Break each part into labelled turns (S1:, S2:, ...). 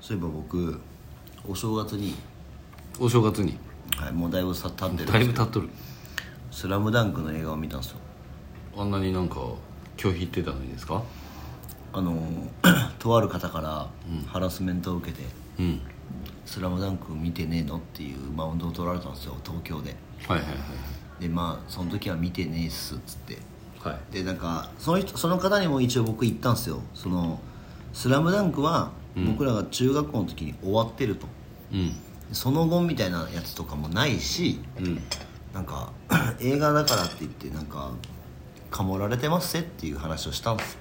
S1: そういえば僕お正月に、
S2: お正月に
S1: はい、もうだいぶさ経ってるん
S2: だ
S1: で
S2: い
S1: す
S2: ぶ
S1: けど
S2: 経っとる
S1: 「スラムダンクの映画を見たんですよ
S2: あんなになんか拒否ってたのにですか
S1: あの ーとある方からハラスメントを受けて
S2: うん
S1: 「スラムダンク見てねえの?」っていうマウンドを取られたんですよ東京で
S2: はいはい
S1: でまあその時は見てねえっすっつって
S2: はいはい
S1: でなんかその人その方にも一応僕言ったんですよその「スラムダンクは僕らが中学校の時に終わってると、
S2: うん
S1: その後みたいなやつとかもないし
S2: うん
S1: なんか 映画だからって言ってなんかかもられてますせっていう話をしたんです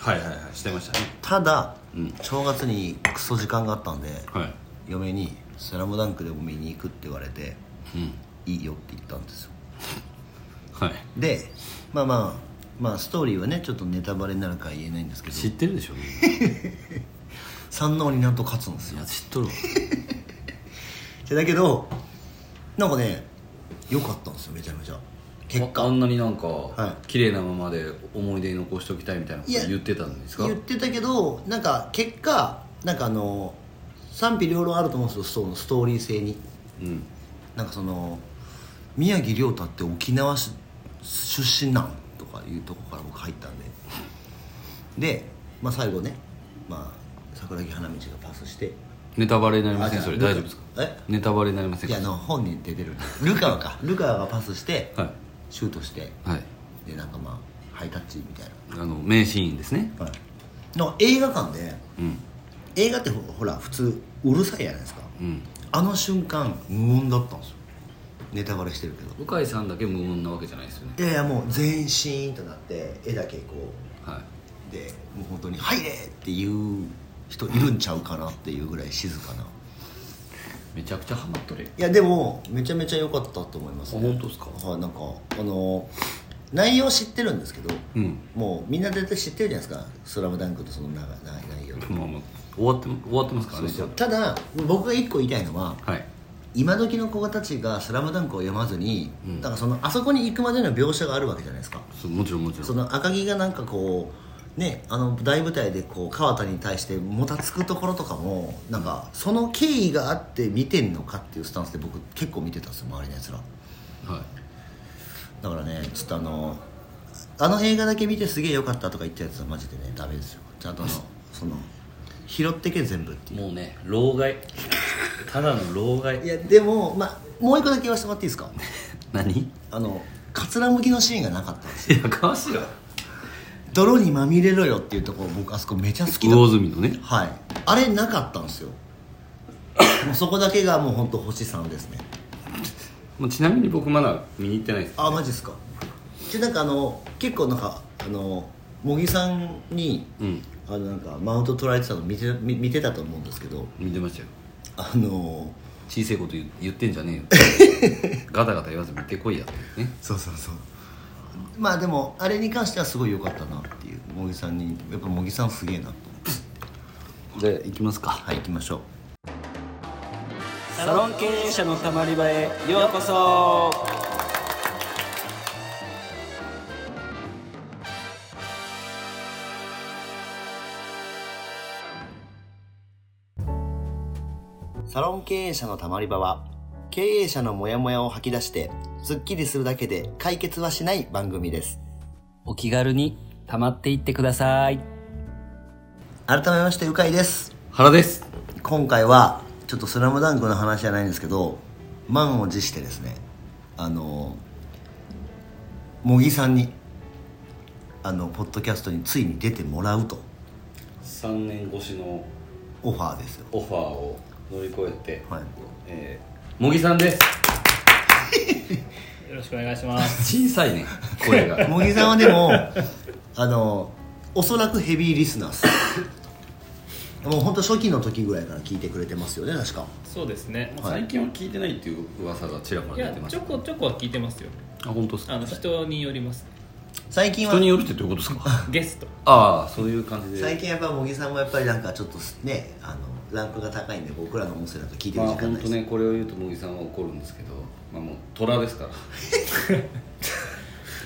S2: はいはいはいしてましたね
S1: ただ、
S2: うん
S1: 正月にクソ時間があったんで
S2: はい
S1: 嫁に「スラムダンクでも見に行くって言われて
S2: うん
S1: 「いいよ」って言ったんですよ
S2: はい
S1: でまあまあまあストーリーはねちょっとネタバレになるから言えないんですけど
S2: 知ってるでしょみんな
S1: 三能になんと勝つんです
S2: い
S1: よ
S2: や知っとるわ
S1: でだけどなんかね良かったんですよめちゃめちゃ結
S2: あ
S1: 果
S2: んなになんか、
S1: い
S2: 綺麗なままで思い出に残しておきたいみたいなこと
S1: いや
S2: 言ってたんですか
S1: 言ってたけどなんか結果なんかあの賛否両論あると思うんですよそのストーリー性に
S2: うん
S1: なんかその宮城亮太って沖縄し出身なんとかいうとこから僕入ったんでで、まあ、最後ね、まあ、桜木花道がパスして
S2: ネタバレになりません
S1: あ
S2: それ
S1: じゃあ
S2: 大丈夫ですか
S1: え
S2: ネタバレになりません
S1: いやあ
S2: か
S1: の本人出てるルカワ かルカワがパスして、
S2: はい
S1: シュートして
S2: はい
S1: でなんかまあハイタッチみたい
S2: あの名シーンですね
S1: な、はい、の映画館で
S2: うん
S1: 映画ってほほら普通うるさいじゃないですか
S2: うん
S1: あの瞬間無音だったんですよネタバレしてるけど
S2: 向井さんだけ無音なわけじゃないですよね
S1: いやいやもう全員シーンとなって絵だけこ
S2: は
S1: うでもう本当に「入れ!」っていう人いるんちゃうかなっていうぐらい静かない
S2: めちゃくちゃハマっとる
S1: いやでもめちゃめちゃ良かったと思いますね
S2: あ本当ですか
S1: はいなんかあの内容知ってるんですけど、
S2: うん
S1: もうみんな大体知ってるじゃないですか「スラムダンクとその長い長い内容
S2: まあまあ終わって終わってますからね
S1: そうただ僕が一個言いたいのは
S2: はい
S1: 今時の子たちが「スラムダンクを読まずに、だからそのあそこに行くまでの描写があるわけじゃないですか
S2: そうもちろんもちろ
S1: そ
S2: ん
S1: の赤木がなんかこうねあの大舞台でこう川田に対してもたつくところとかもなんかその経緯があって見てんのかっていうスタンスで僕結構見てたんですよ周りのやつら
S2: は
S1: だからねちょっとあのあの映画だけ見てすげえ良かったとか言ったやつはマジでねダメですよちゃんとあのその拾ってけ全部って
S2: い
S1: いう
S2: もうね老害 ただの老害
S1: いやでもまあもう一個だけ言わせてもらっていいですか
S2: 何い
S1: あのカツラ向きのシーンがなかったんですよ
S2: やかわしいわ
S1: 泥にまみれろよっていうところ僕あそこめちゃ好きだ
S2: 魚住のね
S1: はいあれなかったんですよもうそこだけがもう本当星さんですね
S2: まあちなみに僕まだ見に行ってないです
S1: あマジですかでなんかあの結構なんかあの茂木さんに、
S2: うん
S1: あのなんかマウント取られてたの見て見見てたと思うんですけど
S2: 見てましたよ
S1: あの
S2: 小さいこと言言ってんじゃねえよ ガタガタ言わず見てこいやってね
S1: そうそうそうまあでもあれに関してはすごい良かったなっていう茂木さんにやっぱ茂木さんすげえなと
S2: で行きますか
S1: はい行きましょう
S3: サロン経営者のたまり場へようこそ
S1: サロン経営者のたまり場は経営者のモヤモヤを吐き出してスッキリするだけで解決はしない番組です
S3: お気軽にたまっていってください
S1: 改めましてうかいです
S2: 原です
S1: 今回はちょっと「スラムダンクの話じゃないんですけど満を持してですねあの茂木さんにあのポッドキャストについに出てもらうと
S2: 3年越しの
S1: オファーですよ
S2: オファーを乗り越えて、
S1: はい
S2: えー、茂木さんです
S4: よろしくお願いしま
S2: 小
S4: す。
S2: さいね 声が
S1: 茂木さんはでもあのおそらくヘビーリスナーっすもう本当初期の時ぐらいから聞いてくれてますよね確か
S4: そうですね。
S2: 最近は聞いてないっていう噂がちらほ
S4: い
S2: ら
S4: や
S2: 出て、ま
S4: ち
S2: す
S4: ょこちょこは聞いてますよ。
S2: あ本当です
S4: あの人によります。
S1: 最近は
S2: 人によるってどういうことです か
S4: ゲスト。
S2: ああそういう感じで
S1: 最近やっぱ茂木さんもやっぱりなんかちょっとねあのランクが高いんで僕らの音声だと聞いてる
S2: まあ
S1: 時間
S2: 本
S1: ないで
S2: 当
S1: す、
S2: ねこれを言うと茂木さんは怒るんですけどまあもう虎ですから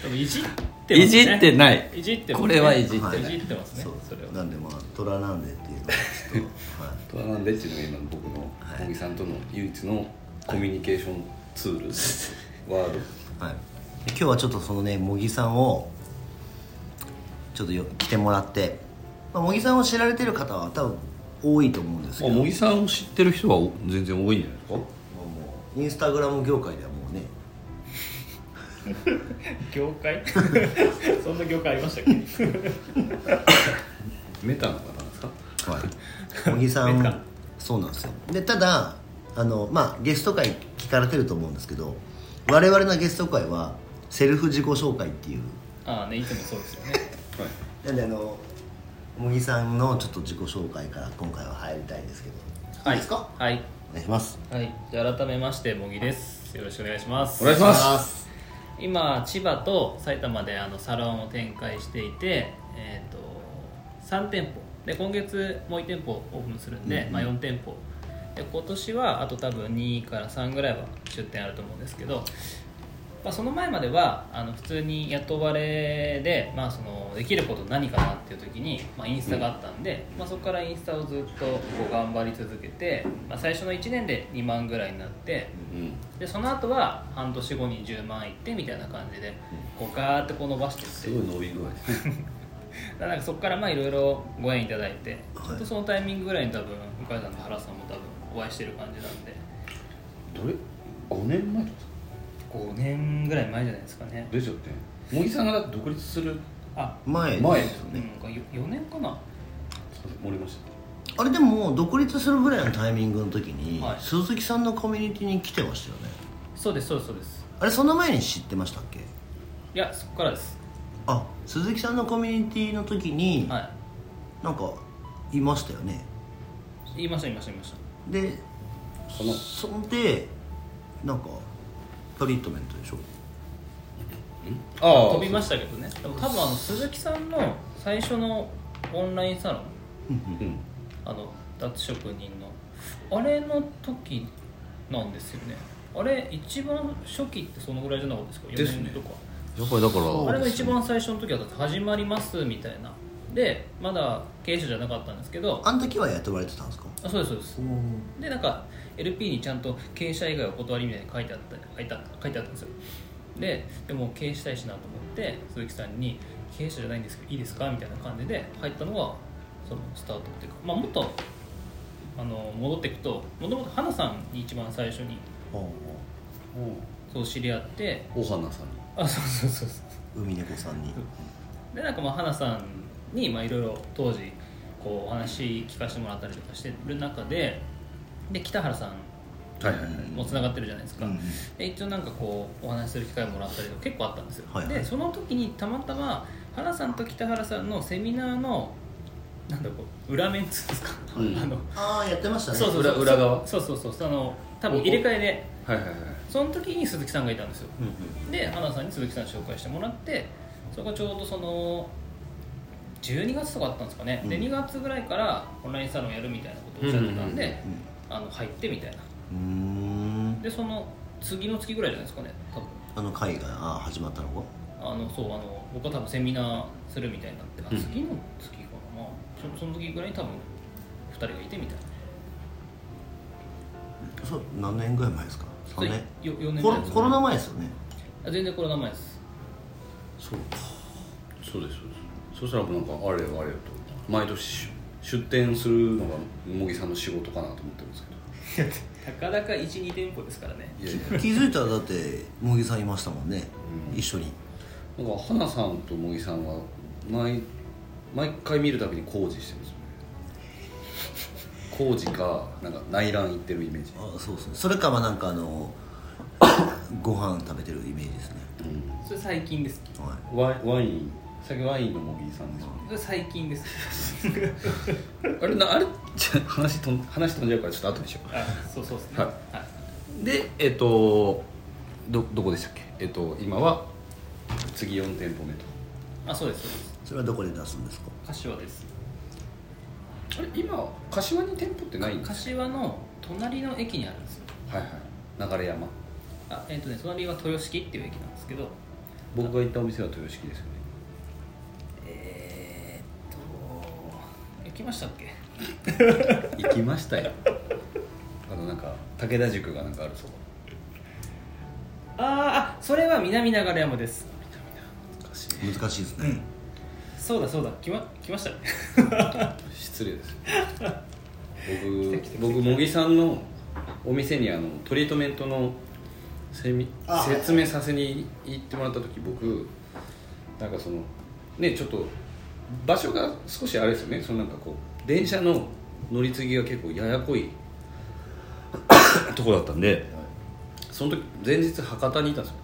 S4: 多分いじってますね
S2: いじってない
S4: いじってますね
S2: これはいじってない
S4: いじってますね
S1: そう
S4: それは
S1: なんでまあ虎なんでっていうのはちょっとはい
S2: トラなんでっていうのが今の僕の小木さんとの唯一のコミュニケーションツール、ワード
S1: はい、 今日はちょっとそのね茂木さんをちょっとよ来てもらって、まあ、茂木さんを知られてる方は多分多いと思うんですけ
S2: まあ
S1: ど
S2: 茂木さんを知ってる人はお全然多いんじゃないですか
S1: もうインスタグラム業界ではもうね
S4: 業界そんな業界ありましたっけ
S2: メタの方なんですか
S1: はい茂木さ
S4: メカ
S1: んそうなんですよでただあの、まあ、ゲスト会聞かれてると思うんですけど我々のゲスト会はセルフ自己紹介っていう
S4: ああねいつもそうですよね
S2: はい
S1: なんであの茂木さんのちょっと自己紹介から今回は入りたいんですけどいいですか
S4: はい
S1: お願いします
S4: はいじゃあ改めまして茂木ですよろしくお願いします
S2: お願いします
S4: 今千葉と埼玉であのサロンを展開していて、えー、と3店舗で今月もう1店舗オープンするんで、まあ、4店舗で今年はあと多分2から3ぐらいは出店あると思うんですけど、まあ、その前まではあの普通に雇われで、まあ、そのできること何かなっていう時に、まあ、インスタがあったんで、まあ、そこからインスタをずっとこう頑張り続けて、まあ、最初の1年で2万ぐらいになって。
S2: うん
S4: でその後は半年後に10万いってみたいな感じでこうガーってこう伸ばして
S2: す
S4: い
S2: ご
S4: って
S2: い伸び具合ですね
S4: だなんかそこからまあいろいろご縁いただいて
S1: はい
S4: ちょっとそのタイミングぐらいに多分向井さんと原さんも多分お会いしてる感じなんで
S2: どれ5年前とか
S4: 5年ぐらい前じゃないですかね
S2: 出ちゃって茂木さんがだって独立する
S4: あ
S1: 前
S2: 前ですよ
S4: うん
S2: ね
S4: これよ4年かな
S2: 盛りまし
S1: あれでも独立するぐらいのタイミングの時に、
S4: はい
S1: 鈴木さんのコミュニティに来てましたよね
S4: そうですそうですそうです
S1: あれその前に知ってましたっけ
S4: いやそこからです
S1: あ鈴木さんのコミュニティの時に、
S4: はい
S1: なんかいましたよね
S4: 言いました言いました言いました
S1: で
S2: その
S1: そんでなんかトリートメントでしょ
S2: たあ
S4: 飛びましたけどねでも多分あの鈴木さんの最初のオンラインサロン
S2: うん
S4: あの脱職人のあれの時なんですよねあれ一番初期ってそのぐらいじゃなかったですか
S2: ですね
S4: 4年とか、
S2: やっぱりだから
S1: そう
S4: あれ
S1: で
S4: が
S1: すね
S4: 一番最初の時はだって始まりますみたいなでまだ経営者じゃなかったんですけどあ
S1: あの時は雇われてたんですか
S4: そうですそうですでなんか LP にちゃんと経営者以外は断りみたいに書いてあった書いてあった書いてあったんですよででも経営したいしなと思って鈴木さんに「経営者じゃないんですけどいいですか?」みたいな感じで入ったのがそのスタートっていうか、まあ、もっとあの戻っていくともともと花さんに一番最初に
S1: おうおう
S4: そう知り合って
S2: お花さんに
S4: あそうそうそうそう
S1: 海猫さんに
S4: でなんかまあ花さんにまあいろいろ当時こうお話聞かせてもらったりとかしてる中でで北原さ
S2: はいはいはい
S4: んもつながってるじゃないですか、
S1: うんうん
S4: で一応なんかこうお話しする機会もらったりとか結構あったんですよ、
S1: はいはい
S4: でその時にたまたま原さんと北原さんのセミナーのなんだろうこう裏面っつうんですか、
S2: うん
S4: あの
S1: ああやってましたね
S4: そうそうそう
S2: 裏裏側
S4: そうそうそうそうあの多分入れ替えで
S2: はいはいはい
S4: その時に鈴木さんがいたんですよ
S1: うんうん
S4: で花さんに鈴木さん紹介してもらってそこがちょうどその12月とかだったんですかね、で
S1: うん
S4: 2月ぐらいからオンラインサロンやるみたいなことをおっしゃってたんで、
S2: うんうん
S4: あの入ってみたいな
S1: うんうーん
S4: でその次の月ぐらいじゃないですかね多分
S1: あの会があー始まったのか
S4: あのそうあの僕は多分セミナーするみたいになって、あ
S2: うん
S4: 次の月かな、まあ、そその時ぐらいに多分2人がいてみたいな
S1: そう何年ぐらい前ですか3年
S4: それよ4年
S1: コロ
S4: ぐらいです
S1: コロナ前ですよね
S4: あ全然コロナ前です
S1: そう
S2: そうですそうですそしたらなんかあれよあれよと毎年し出店するのが茂木さんの仕事かなと思ってるんです
S4: たかだか12店舗ですからね
S2: けどいやいや
S1: 気づいたらだって茂木さんいましたもんね、
S2: うん
S1: 一緒に
S2: なんか花さんと茂木さんは毎毎回見るたびに工事してるんですよね工事かなんか内覧行ってるイメージ、
S1: あそうですねそれかまあなんかあの ご飯食べてるイメージですね、
S2: う
S4: それ最近です
S1: は
S2: ん、ワイワイン最近ワインの茂木さんですよ
S4: それ最近です
S2: ねあれなあれ ちょ話とん話飛んじゃうからちょっと後でしょう
S4: あそうそうですね
S2: はいでえっ、とどどこでしたっけえっ、と今は次4店舗目と
S4: あそうですそうです
S1: いそれはどこで出すんですか
S4: 柏です
S2: あれ今柏に店舗ってないんです
S4: 柏の隣の駅にあるんですよ
S2: かはいはい流山
S4: あえっ、とね隣は豊敷っていう駅なんですけど
S2: 僕が行ったお店は豊敷ですよね
S4: 行きましたっけ
S2: 行きましたよあのなんか武田塾がなんかあるそこ
S4: あーあそれは南流山です
S2: 難しい
S1: 難しいですね、
S4: そうだそうだ来ま来ま したね
S2: 失礼 です
S4: 来
S2: 僕
S4: た来た来た
S2: 僕茂木さんのお店にあのトリートメントのセミ
S1: あ
S2: 説明させに行ってもらった時僕なんかそのねちょっと場所が少しあれですよねそのなんかこう電車の乗り継ぎが結構ややこいとこだったんでその時前日博多にいたんですよ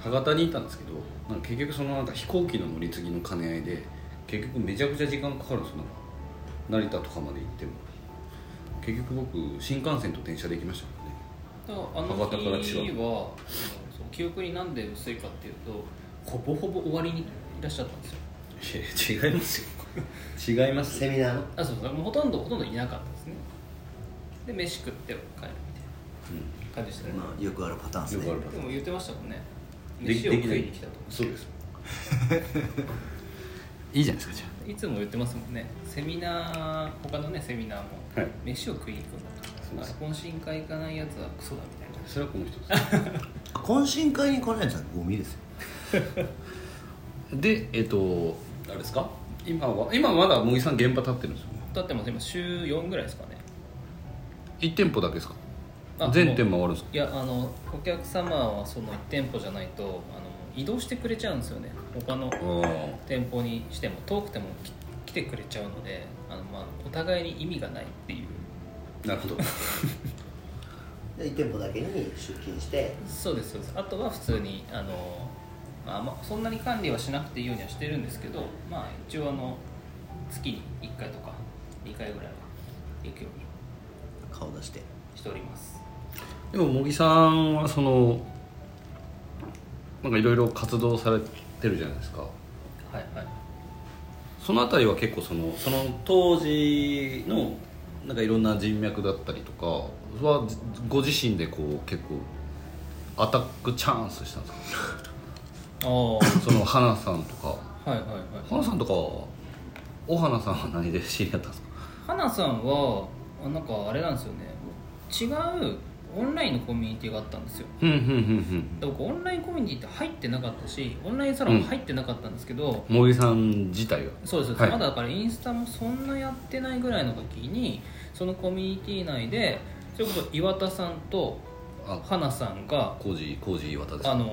S2: 博多にいたんですけどなんか結局そのなんか飛行機の乗り継ぎの兼ね合いで結局めちゃくちゃ時間かかるんですよなんか成田とかまで行っても結局僕新幹線と電車で行きましたからね
S4: だからあの
S2: 博多から
S4: 日
S2: 千葉
S4: はそう記憶になんで薄いかっていうとほぼほぼ終わりにいらっしゃったんですよ
S2: いや違いますよ 違います
S1: セミナーの
S4: あそうそうもうほとんどほとんどいなかったですねで飯食って帰るみたいな感じでしたね、
S1: まあよくあるパターンです
S2: よ
S1: ね
S2: くあるパ
S4: で
S2: ター
S4: も
S2: ン
S4: 言ってましたもんね
S2: で
S4: 飯を
S2: でき
S4: 食
S2: ない
S4: に来たと
S2: そうです いいじゃないですかじ
S4: いつも言ってますもんねセミナー他のねセミナーも、
S2: はい
S4: 飯を食いに行くん
S2: そう
S4: だ
S2: です
S4: と懇親会行かないやつはクソだみたいな
S2: ゃあそれはこの人です
S1: 懇親会に来ないやつはゴミですよ
S2: でえっ、とあれですか今は今まだ茂木さん現場立ってるんですよ
S4: だってもう今週4ぐらいですかね
S2: 1店舗だけですか
S4: あ
S2: 全店舗あるんですか
S4: いやあのお客様はその1店舗じゃないとあの移動してくれちゃうんですよね他の
S2: あ
S4: 店舗にしても遠くてもき来てくれちゃうのであの、まあ、お互いに意味がないっていう
S2: あなるほど
S1: で1店舗だけに出勤して
S4: そうですそうですあとは普通にあの、まああんまそんなに管理はしなくていいようにはしてるんですけど、まあ、一応あの月に1回とか2回ぐらいは行くように
S1: 顔出して
S4: しております
S2: でも茂木さんはそのなんかいろいろ活動されてるじゃないですか
S4: はいはい
S2: そのあたりは結構そのその当時のなんかいろんな人脈だったりとかはご自身でこう結構アタックチャンスしたんですか
S4: ああ
S2: その花さんとか
S4: はいはいはい
S2: 花さんとかお花さんは何で知り合ったんですか
S4: 花さんはあなんかあれなんですよね違うオンラインのコミュニティがあったんですよ
S2: うんうんうん
S4: で僕オンラインコミュニティって入ってなかったしオンラインサロンも入ってなかったんですけど、
S2: うん茂木さん自体が
S4: そうです、そうです
S2: はい
S4: まだだからインスタもそんなやってないぐらいの時にそのコミュニティ内でそれこそ岩田さんと
S2: あ
S4: 花さんが
S2: 工事工事岩田です
S4: あの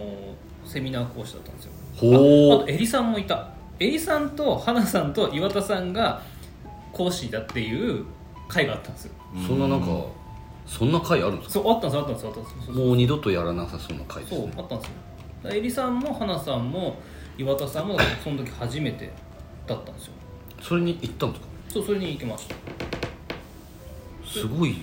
S4: セミナー講師だったんですよああ
S2: ほ
S4: とエリさんもいたエリさんと花さんと岩田さんが講師だっていう会があったんですよ
S2: うそんななんかそんな回あるんですか
S4: そうあったんですあったんですあったんですそうそう
S2: もう二度とやらなさそうな回です
S4: そう
S2: ね
S4: あったんですよだからエリさんも花さんも岩田さんもその時初めてだったんですよ
S2: それに行ったんですか
S4: そうそれに行きました
S2: すごい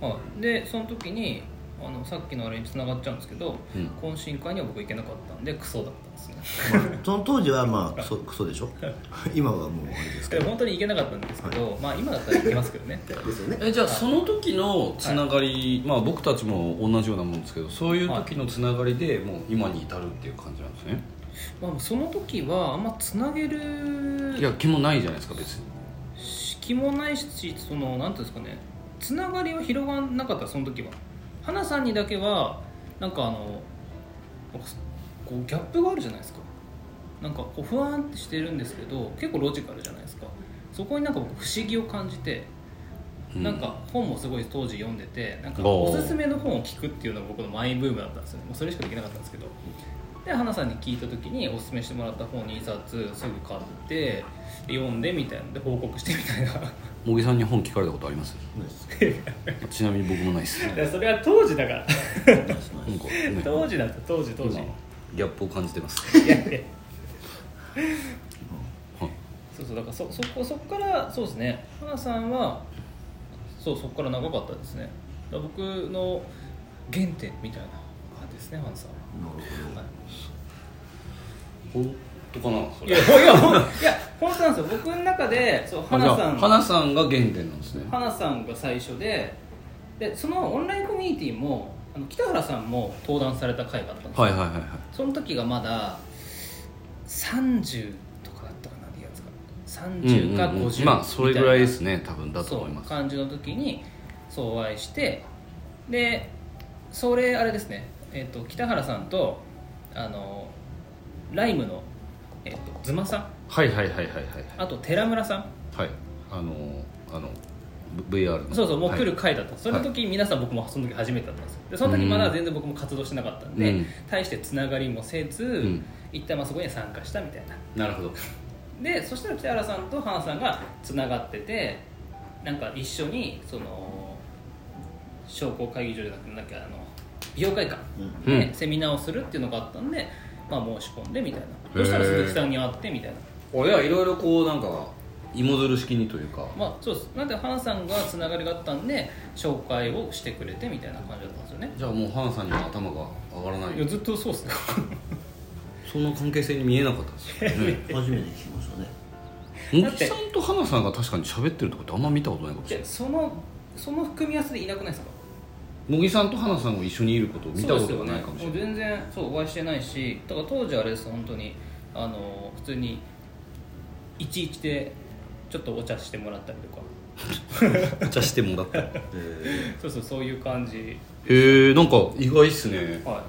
S4: はい、でその時にあのさっきのあれに繋がっちゃうんですけど、
S2: うん
S4: 懇親会には僕行けなかったんでクソだったんですね
S1: その当時はまあクソクソでしょ 今はもうあれですけ
S4: で本当に行けなかったんですけど、まあ今だったら行けますけどね
S1: どですよね
S2: えじゃあその時のつながり、まあ僕たちも同じようなもんですけどそういう時のつながりでもう今に至るっていう感じなんですね、
S4: まあその時はあんまつなげ
S2: い、
S4: る
S2: や気もないじゃないですか別に
S4: 気もないしそのなんていうんですかねつながりは広がんなかったその時は花さんにだけはなんかあのなんかこうギャップがあるじゃないですかなんかこう不安ってしてるんですけど結構ロジカルじゃないですかそこになんか僕不思議を感じて
S2: う
S4: なんか本もすごい当時読んでてなんか
S2: お
S4: お
S2: ー
S4: すすめの本を聞くっていうのが僕のマイブームだったんですよねもうそれしかできなかったんですけどで花さんに聞いた時におすすめしてもらった本2冊すぐ買って読んでみたいなので報告してみたいな
S2: 茂木さんに本聞かれたことあります
S1: ナイス
S2: ちなみに僕もないです なんか
S4: それは当時だから
S1: ナイスナイス
S2: ね
S4: 当時だった当時当時
S2: 今ギャップを感じて ます
S4: いやいや
S2: はい
S4: そうそうだからそそこそこからそうですね花さんはそうそこから長かったですねだから僕の原点みたいな感じですね花さんは。
S1: なるほど
S2: 本当かなそ
S4: い
S2: れ
S4: やい やほんいや本当なんですよ僕の中でそう
S2: あじゃ
S4: 花
S2: あ
S4: さん
S2: 花さんが原点なんですね
S4: 花さんが最初ででそのオンラインコミュニティもあの北原さんも登壇された回があったんですよ、
S2: はいはいはいはい
S4: その時がまだ30とかだったかないやつ30か50みたいな、
S2: まあそれぐらいですね多分だと思います
S4: そう感じの時にそうお会いしてでそれあれですね、えっと北原さんとあのライムの、えっとズマさん
S2: はいはいはいはいはい
S4: あと寺村さん
S2: はいあのーあの V- VR の
S4: そうそうもう来
S2: は
S4: る
S2: い
S4: 回だった、その時皆さん僕もその時初めてだったんですよでその時まだ全然僕も活動してなかったんで、
S2: うん
S4: 大してつながりもせず、
S2: ん
S4: 一旦まあそこには参加したみたいな
S2: なるほど
S4: でそしたら北原さんと花さんがつながっててなんか一緒にその商工会議所じゃなくてなんかあの美容会館
S2: うん
S4: でセミナーをするっていうのがあったんで、まあ、申し込んでみたいな
S2: ー
S4: そしたら鈴木さんに会ってみたいな
S2: 俺はいろいろこうなんか芋づる式にというか
S4: まあそうですなんで花さんがつながりがあったんで紹介をしてくれてみたいな感じだったんですよね
S2: じゃあもうハンさんには頭が上がらない
S4: いやずっとそうっす ね
S2: そんな関係性に見えなかったです よね
S1: 初めて聞きましたね
S2: 茂
S4: だっ
S2: 木
S4: て
S2: さんと花さんが確かに喋ってるとこってあんま見たことないかもしれ
S4: で
S2: ない
S4: そのその組み合わせでいなくないですか
S2: 茂木さんと花さんが一緒にいることを見たことがないかもしれ
S4: そう
S2: ない
S4: ですよねもう全然そうお会いしてないしだから当時あれです本当にあの普通にいちいちでちょっとお茶してもらったりとか
S2: お茶してもらったへ
S4: そうそうそういう感じ
S2: えんか意外っすね
S4: はいそうなんですよ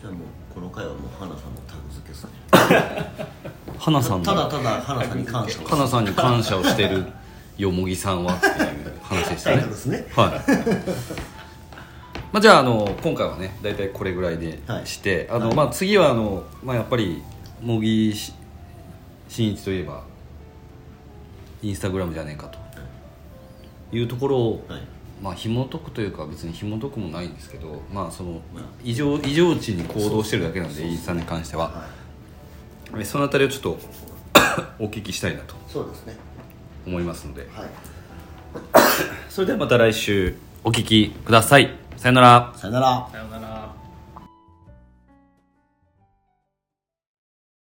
S1: じゃあもうこの回はもう花さんのタグ付けですね
S2: 花さん
S1: ただ
S2: の
S1: ただ花さんに感謝を
S2: 花さんに感謝をしてるよ茂木さんはっていう話でした
S1: タイ
S2: ね
S1: トルですね
S2: はい。まあ、じゃああの今回はね大体これぐらいで
S1: はい
S2: して、あのまあ、次はあの、まあ、やっぱり茂木し真一といえばインスタグラムじゃねえかというところを、
S1: はい
S2: まあ紐解くというか別に紐解くもないんですけど、まあ、その異常異常値に行動してるだけなんでインスタに関しては
S1: はい
S2: えそのあたりをちょっと お聞きしたいなと
S1: そうですね
S2: 思いますので
S1: はい
S2: それではまた来週お聞きくださいさよなら
S1: さよなら
S4: さようなら